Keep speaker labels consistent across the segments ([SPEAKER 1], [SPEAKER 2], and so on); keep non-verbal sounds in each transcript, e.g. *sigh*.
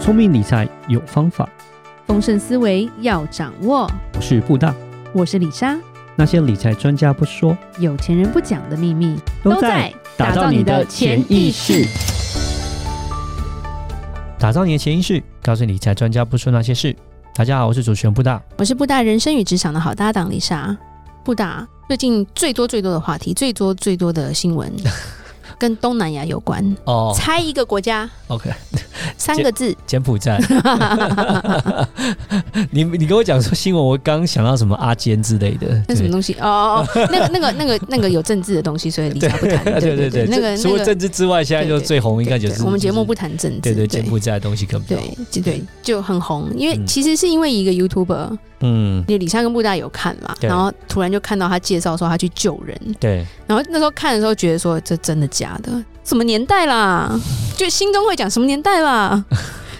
[SPEAKER 1] 聪明理财有方法，
[SPEAKER 2] 丰盛思维要掌握。
[SPEAKER 1] 我是布大。
[SPEAKER 2] 我是李莎，
[SPEAKER 1] 那些理财专家不说，
[SPEAKER 2] 有钱人不讲的秘密
[SPEAKER 1] 打造你的潜意识。，打造你的潜意识，告诉理财专家不说那些事。大家好，我是主持人布大。
[SPEAKER 2] 我是布大人生与职场的好搭档李莎。布大最近最多最多的话题，最多最多的新 *laughs* 闻，跟东南亚有关。
[SPEAKER 1] *laughs* 哦
[SPEAKER 2] 猜一个国家，
[SPEAKER 1] ，OK，
[SPEAKER 2] 三个 *laughs* 字。
[SPEAKER 1] 柬埔寨。 *laughs* 你你跟我讲说新闻，我刚想到什么阿坚之类的，
[SPEAKER 2] 那什么东 *laughs* 西？哦哦，哦，那个、那个、那个、那个有政治的东西，所以李
[SPEAKER 1] 对
[SPEAKER 2] 莎不谈。
[SPEAKER 1] 对对对对，
[SPEAKER 2] 那个、
[SPEAKER 1] 这除
[SPEAKER 2] 那
[SPEAKER 1] 了
[SPEAKER 2] 个，
[SPEAKER 1] 政治之外，现在就
[SPEAKER 2] 对对
[SPEAKER 1] 最红应该就是
[SPEAKER 2] 对我们节目不谈政
[SPEAKER 1] 对
[SPEAKER 2] 治。
[SPEAKER 1] 对柬埔寨的东西更不要。
[SPEAKER 2] 对就对，就很红，因为
[SPEAKER 1] 嗯
[SPEAKER 2] 其实是因为一个 YouTuber，
[SPEAKER 1] 嗯，
[SPEAKER 2] 李李莎跟布大有看嘛，
[SPEAKER 1] 对
[SPEAKER 2] 然后突然就看到他介绍说他去救人，
[SPEAKER 1] 对，
[SPEAKER 2] 然后那时候看的时候觉得说这真的假的？什么年代啦？就心中会讲什么年代
[SPEAKER 1] *laughs*
[SPEAKER 2] 啦？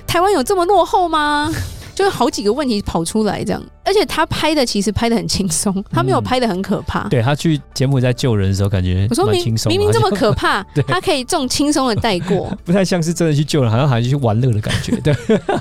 [SPEAKER 2] 台湾有这么落后吗？就是好几个问题跑出来这样，而且他拍的其实拍的很轻松，他没有
[SPEAKER 1] 嗯
[SPEAKER 2] 拍的很可怕。
[SPEAKER 1] *laughs* 对他去柬埔寨救人的时候，感觉
[SPEAKER 2] 我说
[SPEAKER 1] 蛮
[SPEAKER 2] 明
[SPEAKER 1] 轻松的，
[SPEAKER 2] 明明这么
[SPEAKER 1] 好像
[SPEAKER 2] 可怕
[SPEAKER 1] *laughs* 对，
[SPEAKER 2] 他可以这种轻松的带过。
[SPEAKER 1] 不太像是真的去救人，好像好像去玩乐的感觉，对，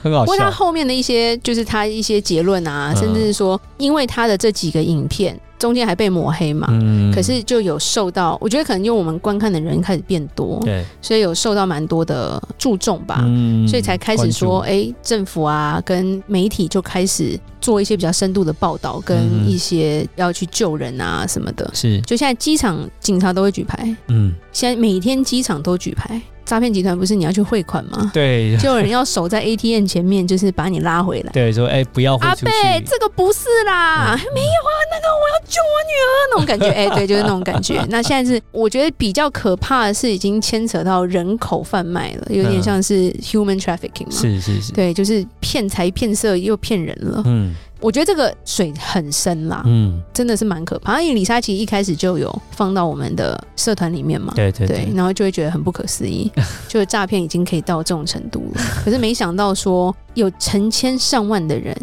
[SPEAKER 1] 很好
[SPEAKER 2] *laughs* 不过他
[SPEAKER 1] 哦笑。
[SPEAKER 2] 后面的一些就是他一些结论啊，
[SPEAKER 1] 嗯
[SPEAKER 2] 甚至是说因为他的这几个影片中间还被抹黑嘛，
[SPEAKER 1] 嗯
[SPEAKER 2] 可是就有受到，我觉得可能因为我们观看的人开始变多，
[SPEAKER 1] 对，
[SPEAKER 2] 所以有受到蛮多的注重吧。
[SPEAKER 1] 嗯
[SPEAKER 2] 所以才开始说，
[SPEAKER 1] 关
[SPEAKER 2] 哎、政府啊，跟媒体就开始做一些比较深度的报道，
[SPEAKER 1] 嗯
[SPEAKER 2] 跟一些要去救人啊什么的。
[SPEAKER 1] 注是
[SPEAKER 2] 就现在机场警察都会举牌，
[SPEAKER 1] 嗯，
[SPEAKER 2] 现在每天机场都举牌。诈骗集团不是你要去汇款
[SPEAKER 1] *laughs*
[SPEAKER 2] 吗？
[SPEAKER 1] 对
[SPEAKER 2] 就有人要守在 ATM 前面，就是把你拉回来。
[SPEAKER 1] 对，说哎不要
[SPEAKER 2] 阿
[SPEAKER 1] 豁出
[SPEAKER 2] 贝，
[SPEAKER 1] 去，嗯
[SPEAKER 2] 这个不是啦，没有啊，那个我要救我女儿那
[SPEAKER 1] *laughs*
[SPEAKER 2] 种感觉，哎、对，就是那种感觉。那现在是我觉得比较可怕的是，已经牵扯到人口贩卖了，有点
[SPEAKER 1] 嗯
[SPEAKER 2] 像是 human trafficking 嘛，
[SPEAKER 1] 是是是，
[SPEAKER 2] 对，就是骗财骗色又骗人了。
[SPEAKER 1] 嗯
[SPEAKER 2] 我觉得这个水很深啦，
[SPEAKER 1] 嗯，
[SPEAKER 2] 真的是蛮可怕。因为李莎其实一开始就有放到我们的社团里面嘛。
[SPEAKER 1] 对对
[SPEAKER 2] 对
[SPEAKER 1] 对，，
[SPEAKER 2] 然后就会觉得很不可
[SPEAKER 1] *laughs*
[SPEAKER 2] 思议，就是诈骗已经可以到这种程度了。可是没想到说有成千上万的人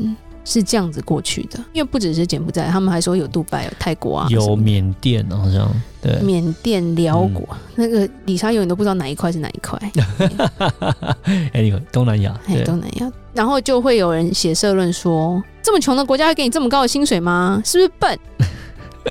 [SPEAKER 2] 是这样子过去的，因为不只是柬埔寨，他们还说有杜拜、有泰国啊，什
[SPEAKER 1] 有
[SPEAKER 2] 么
[SPEAKER 1] 缅甸嗯好像对，
[SPEAKER 2] 缅甸、辽国，那个李莎永远都不知道哪一块是哪
[SPEAKER 1] *laughs*
[SPEAKER 2] 一块，
[SPEAKER 1] 哎你东南亚
[SPEAKER 2] 哎，
[SPEAKER 1] 对
[SPEAKER 2] 东南亚。然后就会有人写社论说：“这么穷的国家会给你这么高的薪水吗？是不是
[SPEAKER 1] *laughs*
[SPEAKER 2] 笨？”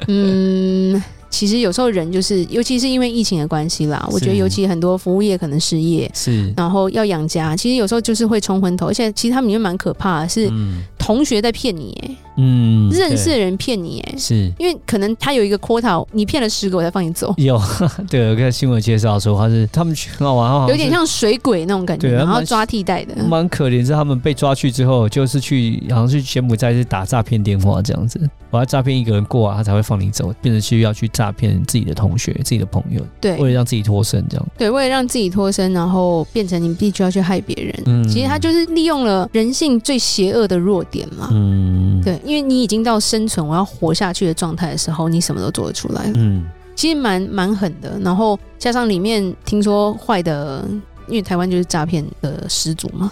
[SPEAKER 2] 嗯，其实有时候人就是，尤其是因为疫情的关系啦，我觉得
[SPEAKER 1] 是
[SPEAKER 2] 尤其很多服务业可能失业，
[SPEAKER 1] 是
[SPEAKER 2] 然后要养家，其实有时候就是会冲昏头，而且其实他们里面蛮可怕的，是
[SPEAKER 1] 嗯
[SPEAKER 2] 同学在骗你，哎、
[SPEAKER 1] 嗯
[SPEAKER 2] 认识
[SPEAKER 1] 对
[SPEAKER 2] 的人骗你，哎，
[SPEAKER 1] 是。
[SPEAKER 2] 因为可能他有一个 quota，你骗了十个我才放你走，
[SPEAKER 1] 有， *laughs* 对，我看新闻介绍说他是他们去很好玩，好
[SPEAKER 2] 有点像水鬼那种感觉，
[SPEAKER 1] 哦对他
[SPEAKER 2] 然后
[SPEAKER 1] 蛮
[SPEAKER 2] 抓替代的。
[SPEAKER 1] 蛮可怜，是他们被抓去之后，就是去好像去柬埔寨是打诈骗电话这样子，我要诈骗一个人过啊，他才会放你走，变成去要去诈骗自己的同学、自己的朋友，为
[SPEAKER 2] 对
[SPEAKER 1] 了让自己脱身这样。
[SPEAKER 2] 对，为了让自己脱身，然后变成你必须要去害别人。
[SPEAKER 1] 嗯
[SPEAKER 2] 其实他就是利用了人性最邪恶的弱点嘛。
[SPEAKER 1] 嗯，，
[SPEAKER 2] 对，因为你已经到生存我要活下去的状态的时候，你什么都做得出来了。
[SPEAKER 1] 嗯
[SPEAKER 2] 其实蛮蛮狠的。然后加上里面听说坏的，因为台湾就是诈骗的始祖嘛，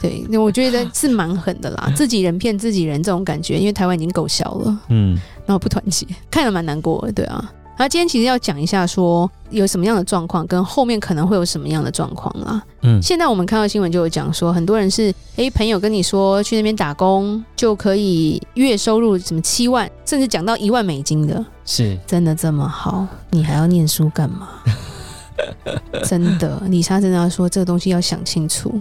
[SPEAKER 2] 对，那我觉得是蛮狠的啦，自己人骗自己人这种感觉，因为台湾已经够小了，
[SPEAKER 1] 嗯
[SPEAKER 2] 然后不团结，看了蛮难过的，对啊。然后今天其实要讲一下说有什么样的状况，跟后面可能会有什么样的状况啦。
[SPEAKER 1] 嗯，
[SPEAKER 2] 现在我们看到新闻就有讲说，很多人是诶，朋友跟你说去那边打工就可以月收入什么七万，甚至讲到一万美金的，
[SPEAKER 1] 是
[SPEAKER 2] 真的这么好，你还要念书干
[SPEAKER 1] *laughs*
[SPEAKER 2] 嘛？真的，李莎真的要说这个东西要想清楚。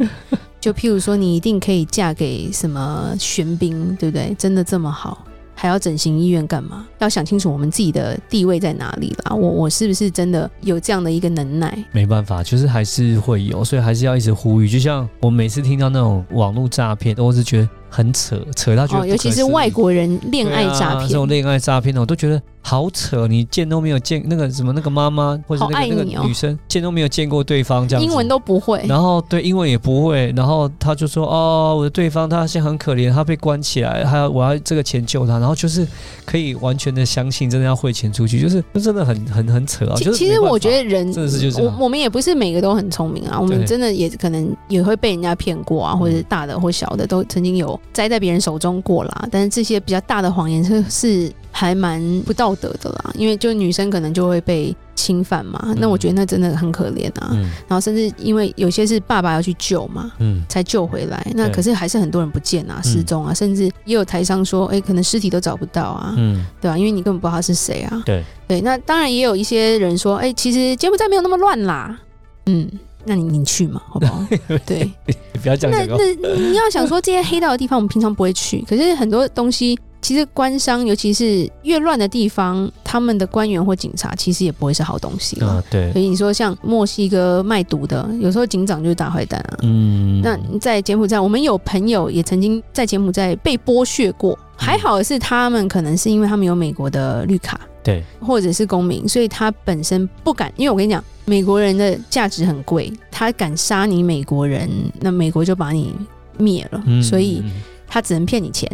[SPEAKER 2] 就譬如说，你一定可以嫁给什么玄彬，对不对？真的这么好，还要整形医院干嘛？要想清楚我们自己的地位在哪里啦。我我是不是真的有这样的一个能耐？
[SPEAKER 1] 没办法，就是还是会有，所以还是要一直呼吁。就像我每次听到那种网络诈骗，我是觉得很扯，扯到觉得、
[SPEAKER 2] 哦，尤其是外。国人恋爱诈
[SPEAKER 1] 对啊这
[SPEAKER 2] 骗，
[SPEAKER 1] 种恋爱诈骗的，我都觉得好扯。你见都没有见那个什么那个妈妈，或者
[SPEAKER 2] 好
[SPEAKER 1] 那
[SPEAKER 2] 爱
[SPEAKER 1] 个、
[SPEAKER 2] 你
[SPEAKER 1] 那
[SPEAKER 2] 哦
[SPEAKER 1] 个女生，见都没有见过对方这样子。
[SPEAKER 2] 英文都不会。
[SPEAKER 1] 然后对英文也不会，然后他就说哦，我的对方他现在很可怜，他被关起来，还要我要这个钱救他，然后就是可以完全的相信，真的要汇钱出去，就是就真的很很很扯啊。
[SPEAKER 2] 其
[SPEAKER 1] 就是
[SPEAKER 2] 其
[SPEAKER 1] 没
[SPEAKER 2] 实
[SPEAKER 1] 办法
[SPEAKER 2] 我觉得人
[SPEAKER 1] 真的是就这样
[SPEAKER 2] 我我们也不是每个都很聪明啊，我们
[SPEAKER 1] 对嗯
[SPEAKER 2] 真的也可能也会被人家骗过啊，或者是大的或小的都曾经有栽在别人手中过啦。但是这些比较大的谎言是是还蛮不道德的啦，因为就女生可能就会被侵犯嘛，那我觉得那真的很可怜啊。
[SPEAKER 1] 嗯
[SPEAKER 2] 然后甚至因为有些是爸爸要去救嘛，
[SPEAKER 1] 嗯，
[SPEAKER 2] 才救回来，那
[SPEAKER 1] 对嗯
[SPEAKER 2] 可是还是很多人不见啊，失踪啊，甚至也有台商说，哎、可能尸体都找不到啊，
[SPEAKER 1] 嗯，
[SPEAKER 2] 对啊，因为你根本不知道他是谁啊。
[SPEAKER 1] 对
[SPEAKER 2] 对，那当然也有一些人说，哎、其实柬埔寨没有那么乱啦，嗯，那你你去嘛，好不
[SPEAKER 1] *laughs*
[SPEAKER 2] 好？对，
[SPEAKER 1] 你不要这样
[SPEAKER 2] 那
[SPEAKER 1] 讲哦。
[SPEAKER 2] 那你要想说这些黑道的地方，我们平常不会去，可是很多东西。其实官商，尤其是越乱的地方，他们的官员或警察其实也不会是好东西啦
[SPEAKER 1] 啊，对，
[SPEAKER 2] 所以你说像墨西哥卖毒的，有时候警长就是大坏蛋啊。
[SPEAKER 1] 嗯，
[SPEAKER 2] 那在柬埔寨，我们有朋友也曾经在柬埔寨被剥削过，
[SPEAKER 1] 嗯
[SPEAKER 2] 还好是他们可能是因为他们有美国的绿卡
[SPEAKER 1] 对，
[SPEAKER 2] 或者是公民，所以他本身不敢。因为我跟你讲，美国人的价值很贵，他敢杀你美国人，那美国就把你灭了，
[SPEAKER 1] 嗯
[SPEAKER 2] 所以
[SPEAKER 1] 嗯
[SPEAKER 2] 他只能骗
[SPEAKER 1] *laughs*
[SPEAKER 2] 你钱，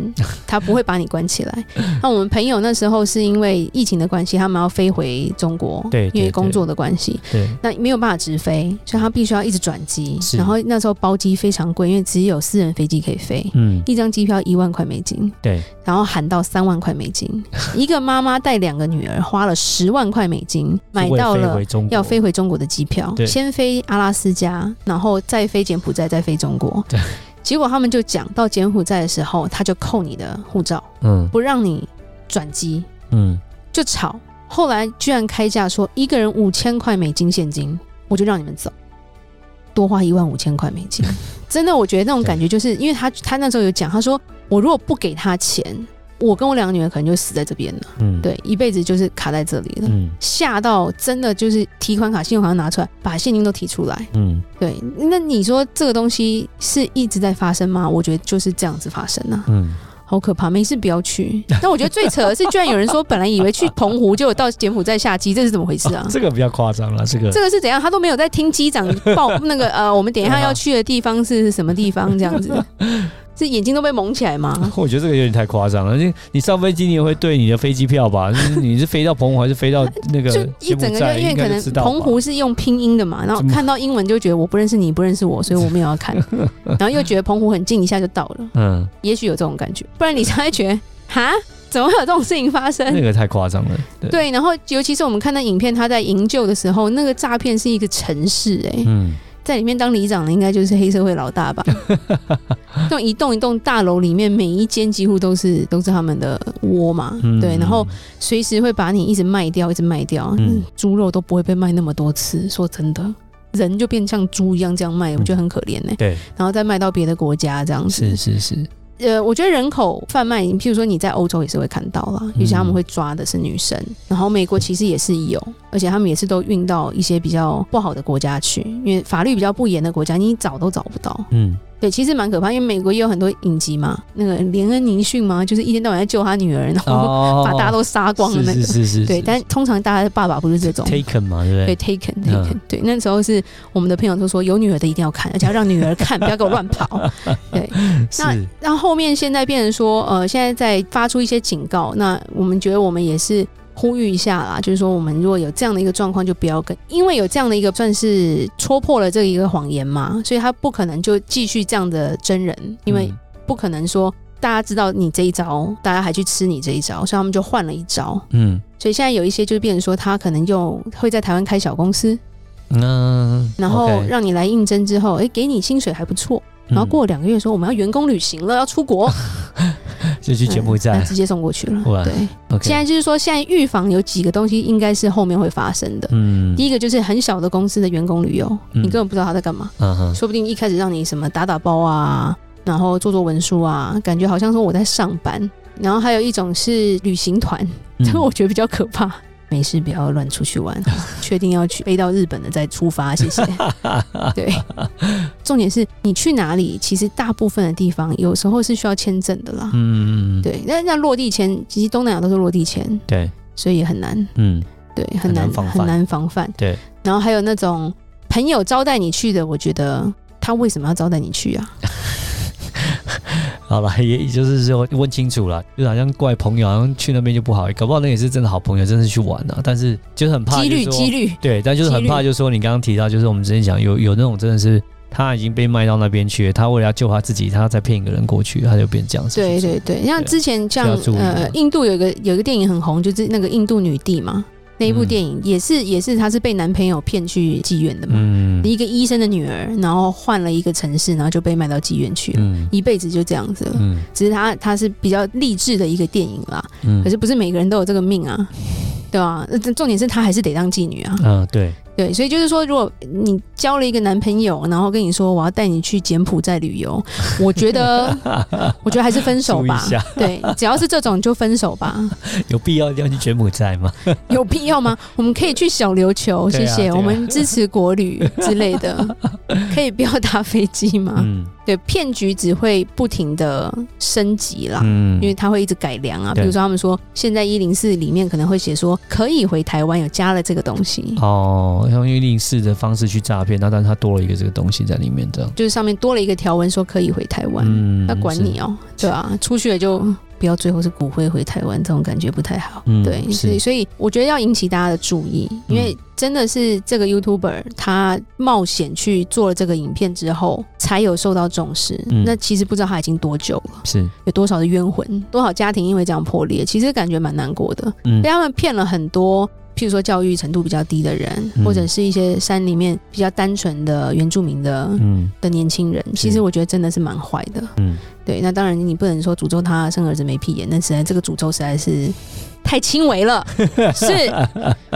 [SPEAKER 2] 他不会把你关起来。那我们朋友那时候是因为疫情的关系，他们要飞回中国，
[SPEAKER 1] 对对
[SPEAKER 2] 因为工作的关系，
[SPEAKER 1] 对，
[SPEAKER 2] 那没有办法直飞，所以他必须要一直转机。
[SPEAKER 1] 是
[SPEAKER 2] 然后那时候包机非常贵，因为只有私人飞机可以飞，
[SPEAKER 1] 嗯，
[SPEAKER 2] 一张机票一万块美金，
[SPEAKER 1] 对，
[SPEAKER 2] 然后喊到三万块
[SPEAKER 1] *laughs*
[SPEAKER 2] 美金。一个妈妈带两个女儿，花了十万块美金买
[SPEAKER 1] 为
[SPEAKER 2] 到
[SPEAKER 1] 飞
[SPEAKER 2] 了
[SPEAKER 1] 回中国
[SPEAKER 2] 要飞回中国的机票
[SPEAKER 1] 对，
[SPEAKER 2] 先飞阿拉斯加，然后再飞柬埔寨，再飞中国
[SPEAKER 1] 对。
[SPEAKER 2] 结果他们就讲到柬埔寨的时候，他就扣你的护照，
[SPEAKER 1] 嗯
[SPEAKER 2] 不让你转机，
[SPEAKER 1] 嗯，
[SPEAKER 2] 就吵。后来居然开价说一个人五千块美金现金，我就让你们走，多花一万五千块美金。真的，我觉得那种感觉就是，因为他他那时候有讲，他说我如果不给他钱，我跟我两个女儿可能就死在这边了，
[SPEAKER 1] 嗯，，
[SPEAKER 2] 对，一辈子就是卡在这里了。
[SPEAKER 1] 嗯
[SPEAKER 2] 吓到真的就是提款卡、信用卡拿出来，把现金都提出来。
[SPEAKER 1] 嗯，
[SPEAKER 2] 对，那你说这个东西是一直在发生吗？我觉得就是这样子发生啊。
[SPEAKER 1] 嗯，
[SPEAKER 2] 好可怕，没事不要去。 *laughs* 但我觉得最扯的是，居然有人说本来以为去澎湖，结果到柬埔寨下机，这是怎么回事啊？
[SPEAKER 1] *laughs* 这个比较夸张了，这个
[SPEAKER 2] 这个是怎样？他都没有在听机长报那个呃，我们等一下要去的地方是什么地方？这样
[SPEAKER 1] *laughs*
[SPEAKER 2] 子，是眼睛都被蒙起来吗？
[SPEAKER 1] 我觉得这个有点太夸张了。你你上飞机，你也会对你的飞机票
[SPEAKER 2] *laughs*
[SPEAKER 1] 吧？就是你是飞到澎湖还是飞到那个
[SPEAKER 2] 就一
[SPEAKER 1] 柬埔
[SPEAKER 2] 整个就
[SPEAKER 1] 寨？
[SPEAKER 2] 因为
[SPEAKER 1] 应该
[SPEAKER 2] 可
[SPEAKER 1] 就
[SPEAKER 2] 能
[SPEAKER 1] 知道吧
[SPEAKER 2] 澎湖是用拼音的嘛，然后
[SPEAKER 1] 怎么
[SPEAKER 2] 看到英文就觉得我不认识你，不认识我，所以我没有要
[SPEAKER 1] *laughs*
[SPEAKER 2] 看，然后又觉得澎湖很近，一下就到了，
[SPEAKER 1] 嗯，
[SPEAKER 2] 也许有这种感觉，不然你才会觉得哈，怎么会有这种事情发生？
[SPEAKER 1] 那个太夸张了。对，
[SPEAKER 2] 对，然后尤其是我们看到影片，他在营救的时候，那个诈骗是一个城市、哎、
[SPEAKER 1] 嗯，
[SPEAKER 2] 在里面当里长的应该就是黑社会
[SPEAKER 1] *laughs*
[SPEAKER 2] 老大吧？那种一栋一栋大楼里面，每一间几乎都是都是他们的窝嘛，
[SPEAKER 1] 嗯
[SPEAKER 2] 对，然后随时会把你一直卖掉，一直卖掉，
[SPEAKER 1] 嗯
[SPEAKER 2] 嗯猪肉都不会被卖那么多次，说真的。人就变像猪一样这样卖，我觉得很可怜呢、欸
[SPEAKER 1] 对，
[SPEAKER 2] 然后再卖到别的国家这样子，
[SPEAKER 1] 是是是，
[SPEAKER 2] 呃，我觉得人口贩卖，譬如说你在欧洲也是会看到
[SPEAKER 1] 嗯
[SPEAKER 2] 啦，尤其他们会抓的是女生，然后美国其实也是有，而且他们也是都运到一些比较不好的国家去，因为法律比较不严的国家，你找都找不到。
[SPEAKER 1] 嗯，
[SPEAKER 2] 对，其实蛮可怕，因为美国也有很多影集嘛，那个连恩尼逊嘛，就是一天到晚在救他女儿，然后
[SPEAKER 1] 哦
[SPEAKER 2] 把大家都杀光的那个。
[SPEAKER 1] 是是是是，
[SPEAKER 2] 对，但通常大家的爸爸不是这种。
[SPEAKER 1] taken 嘛，对不对？
[SPEAKER 2] 对，taken taken，、对，
[SPEAKER 1] 嗯
[SPEAKER 2] 那时候是我们的朋友都说有女儿的一定要看，而且要让女儿看，不要给我乱跑。那
[SPEAKER 1] 是，
[SPEAKER 2] 那后面现在变成说，呃，现在在发出一些警告，那我们觉得我们也是呼吁一下啦，就是说我们如果有这样的一个状况，就不要跟，因为有这样的一个算是戳破了这一个谎言嘛，所以他不可能就继续这样的真人，因
[SPEAKER 1] 嗯
[SPEAKER 2] 为不可能说大家知道你这一招，大家还去吃你这一招，所以他们就换了一招，
[SPEAKER 1] 嗯，
[SPEAKER 2] 所以现在有一些就变成说他可能就会在台湾开小公司，
[SPEAKER 1] 嗯那
[SPEAKER 2] 然后
[SPEAKER 1] OK，
[SPEAKER 2] 让你来应征之后，诶，给你薪水还不错，然后
[SPEAKER 1] 嗯
[SPEAKER 2] 过两个月说我们要员工旅行了，要出国。
[SPEAKER 1] 就去柬埔
[SPEAKER 2] 那
[SPEAKER 1] 寨
[SPEAKER 2] 直接送过去了。
[SPEAKER 1] 哇
[SPEAKER 2] 对，
[SPEAKER 1] ，OK，
[SPEAKER 2] 现在就是说，现在预防有几个东西应该是后面会发生的。
[SPEAKER 1] 嗯，
[SPEAKER 2] 第一个就是很小的公司的员工旅游，
[SPEAKER 1] 嗯
[SPEAKER 2] 你根本不知道他在干嘛，
[SPEAKER 1] 嗯哼，
[SPEAKER 2] 说不定一开始让你什么打打包啊，然后做做文书啊，感觉好像说我在上班。然后还有一种是旅行团， *laughs*
[SPEAKER 1] 嗯
[SPEAKER 2] 这个我觉得比较可怕。没事，不要乱出
[SPEAKER 1] *laughs*
[SPEAKER 2] 去玩，确定要去飞到日本的再出发，谢谢。对，重点是你去哪里，其实大部分的地方有时候是需要签证的啦。
[SPEAKER 1] 嗯嗯嗯，
[SPEAKER 2] 对，那那落地签，其实东南亚都是落地签，
[SPEAKER 1] 对，
[SPEAKER 2] 所以也很难，
[SPEAKER 1] 嗯，
[SPEAKER 2] 对，很难
[SPEAKER 1] 很难防范
[SPEAKER 2] 很难防范。
[SPEAKER 1] 对，
[SPEAKER 2] 然后还有那种朋友招待你去的，我觉得他为什么要招待你去啊？
[SPEAKER 1] 好了，也也就是说问清楚了，就好像怪朋友，好像去那边就不好，搞不好那也是真的好朋友，真的去玩啊，但是就是很怕
[SPEAKER 2] 几率
[SPEAKER 1] 就是说
[SPEAKER 2] 几率，
[SPEAKER 1] 对，但就是很怕，
[SPEAKER 2] 几率
[SPEAKER 1] 就是说你刚刚提到，就是我们之前讲有有那种真的是他已经被卖到那边去了，他为了要救他自己，他再骗一个人过去，他就变这样子。
[SPEAKER 2] 对对对，像之前
[SPEAKER 1] 啊要
[SPEAKER 2] 像
[SPEAKER 1] 注意
[SPEAKER 2] 呃
[SPEAKER 1] 啊，
[SPEAKER 2] 印度有一个有一个电影很红，就是那个印度女帝嘛，那一部
[SPEAKER 1] 嗯
[SPEAKER 2] 电影也是也是她是被男朋友骗去妓院的嘛，
[SPEAKER 1] 嗯
[SPEAKER 2] 一个医生的女儿，然后换了一个城市，然后就被卖到妓院去了，
[SPEAKER 1] 嗯
[SPEAKER 2] 一辈子就这样子了。
[SPEAKER 1] 嗯
[SPEAKER 2] 只是她她是比较励志的一个电影啦，
[SPEAKER 1] 嗯
[SPEAKER 2] 可是不是每个人都有这个命啊，对吧、啊？呃重点是她还是得当妓女啊，
[SPEAKER 1] 啊，对，
[SPEAKER 2] 对，所以就是说，如果你交了一个男朋友，然后跟你说我要带你去柬埔寨
[SPEAKER 1] *laughs*
[SPEAKER 2] 旅游，我觉得，我觉得还是分手
[SPEAKER 1] 注意一
[SPEAKER 2] 吧。
[SPEAKER 1] 下，
[SPEAKER 2] 对，只要是这种就分手
[SPEAKER 1] *laughs*
[SPEAKER 2] 吧，
[SPEAKER 1] 有必要要去柬埔寨吗？
[SPEAKER 2] 有必要吗？我们可以去小琉球，
[SPEAKER 1] 对
[SPEAKER 2] 谢
[SPEAKER 1] 啊
[SPEAKER 2] 谢，
[SPEAKER 1] 对啊
[SPEAKER 2] 我们支持国
[SPEAKER 1] *laughs*
[SPEAKER 2] 旅之类的，可以不要搭飞机吗？
[SPEAKER 1] 嗯
[SPEAKER 2] 对，骗局只会不停的升级啦。
[SPEAKER 1] 嗯
[SPEAKER 2] 啊因为它会一直改良啊，比
[SPEAKER 1] 对
[SPEAKER 2] 如说他们说，现在一零四里面可能会写说可以回台湾，有加了这个东西，
[SPEAKER 1] 哦，用一零四的方式去诈骗，那但是他多了一个这个东西在里面，这样。
[SPEAKER 2] 就是上面多了一个条文说可以回台湾，
[SPEAKER 1] 嗯
[SPEAKER 2] 那管你哦、对啊，出去了就不要最后是骨灰回台湾，这种感觉不太好。
[SPEAKER 1] 嗯
[SPEAKER 2] 对，
[SPEAKER 1] 是嗯
[SPEAKER 2] 所以所以我觉得要引起大家的注意，因为真的是这个 YouTuber 他冒险去做了这个影片之后，才有受到重视。
[SPEAKER 1] 嗯
[SPEAKER 2] 那其实不知道他已经多久了，
[SPEAKER 1] 是，是
[SPEAKER 2] 有多少的冤魂，多少家庭因为这样破裂，其实感觉蛮难过的。
[SPEAKER 1] 嗯
[SPEAKER 2] 被他们骗了很多，譬如说教育程度比较低的人，
[SPEAKER 1] 嗯
[SPEAKER 2] 或者是一些山里面比较单纯的原住民的
[SPEAKER 1] 嗯
[SPEAKER 2] 的年轻人，其实我觉得真的是蛮坏的。
[SPEAKER 1] 嗯，
[SPEAKER 2] 对，那当然你不能说诅咒他生儿子没屁眼，那实在这个诅咒实在是太轻微
[SPEAKER 1] *laughs*
[SPEAKER 2] 了，是，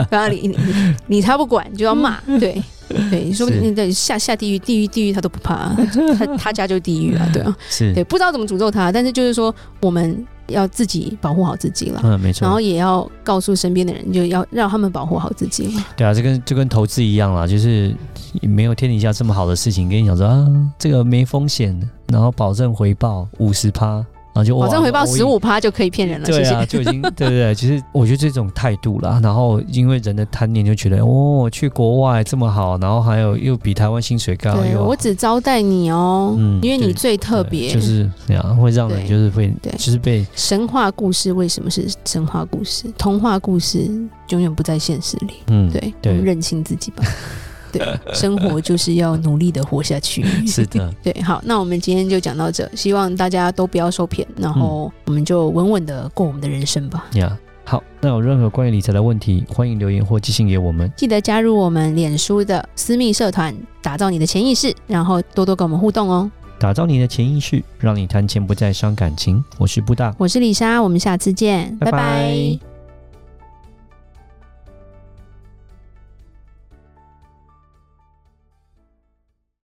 [SPEAKER 2] 然后你你你你他不管就要骂，
[SPEAKER 1] 嗯
[SPEAKER 2] 对。对，说不定对下下地狱，地狱地狱他都不怕，他他家就地狱啊，对啊，
[SPEAKER 1] 是，
[SPEAKER 2] 对，不知道怎么诅咒他，但是就是说我们要自己保护好自己了，
[SPEAKER 1] 嗯，没错。
[SPEAKER 2] 然后也要告诉身边的人，就要让他们保护好自己了。
[SPEAKER 1] 对啊，这跟就跟投资一样啦，就是没有天底下这么好的事情，跟你讲说啊，这个没风险，然后保证回报五十趴，然后就哇
[SPEAKER 2] 保证回报
[SPEAKER 1] 我已
[SPEAKER 2] 十五趴就可以骗人了，谢
[SPEAKER 1] 对
[SPEAKER 2] 谢
[SPEAKER 1] 啊，。就已经对对对，其实我觉得这种态度啦，然后因为人的贪念就觉得哦，去国外这么好，然后还有又比台湾薪水高，
[SPEAKER 2] 对，
[SPEAKER 1] 又
[SPEAKER 2] 我只招待你哦，
[SPEAKER 1] 啊哎嗯
[SPEAKER 2] 因为
[SPEAKER 1] 对
[SPEAKER 2] 你最特
[SPEAKER 1] 对
[SPEAKER 2] 别。
[SPEAKER 1] 就是这样，会让人
[SPEAKER 2] 对
[SPEAKER 1] 就是会
[SPEAKER 2] 对
[SPEAKER 1] 就是被
[SPEAKER 2] 神话故事为什么是神话故事？童话故事永远不在现实里。
[SPEAKER 1] 嗯
[SPEAKER 2] 对，
[SPEAKER 1] 对
[SPEAKER 2] 我们认清自己吧。对，
[SPEAKER 1] *laughs*
[SPEAKER 2] 生活就是要努力的活下去。
[SPEAKER 1] 是的，
[SPEAKER 2] 对，好，那我们今天就讲到这，希望大家都不要受骗，
[SPEAKER 1] 嗯
[SPEAKER 2] 然后我们就稳稳的过我们的人生吧。
[SPEAKER 1] 呀、好，那有任何关于理财的问题，欢迎留言或寄信给我们。
[SPEAKER 2] 记得加入我们脸书的私密社团，打造你的潜意识，然后多多跟我们互动哦。
[SPEAKER 1] 打造你的潜意识，让你谈钱不再伤感情。我是布大，
[SPEAKER 2] 我是李莎，我们下次见，
[SPEAKER 1] 拜
[SPEAKER 2] 拜
[SPEAKER 1] 拜
[SPEAKER 2] 拜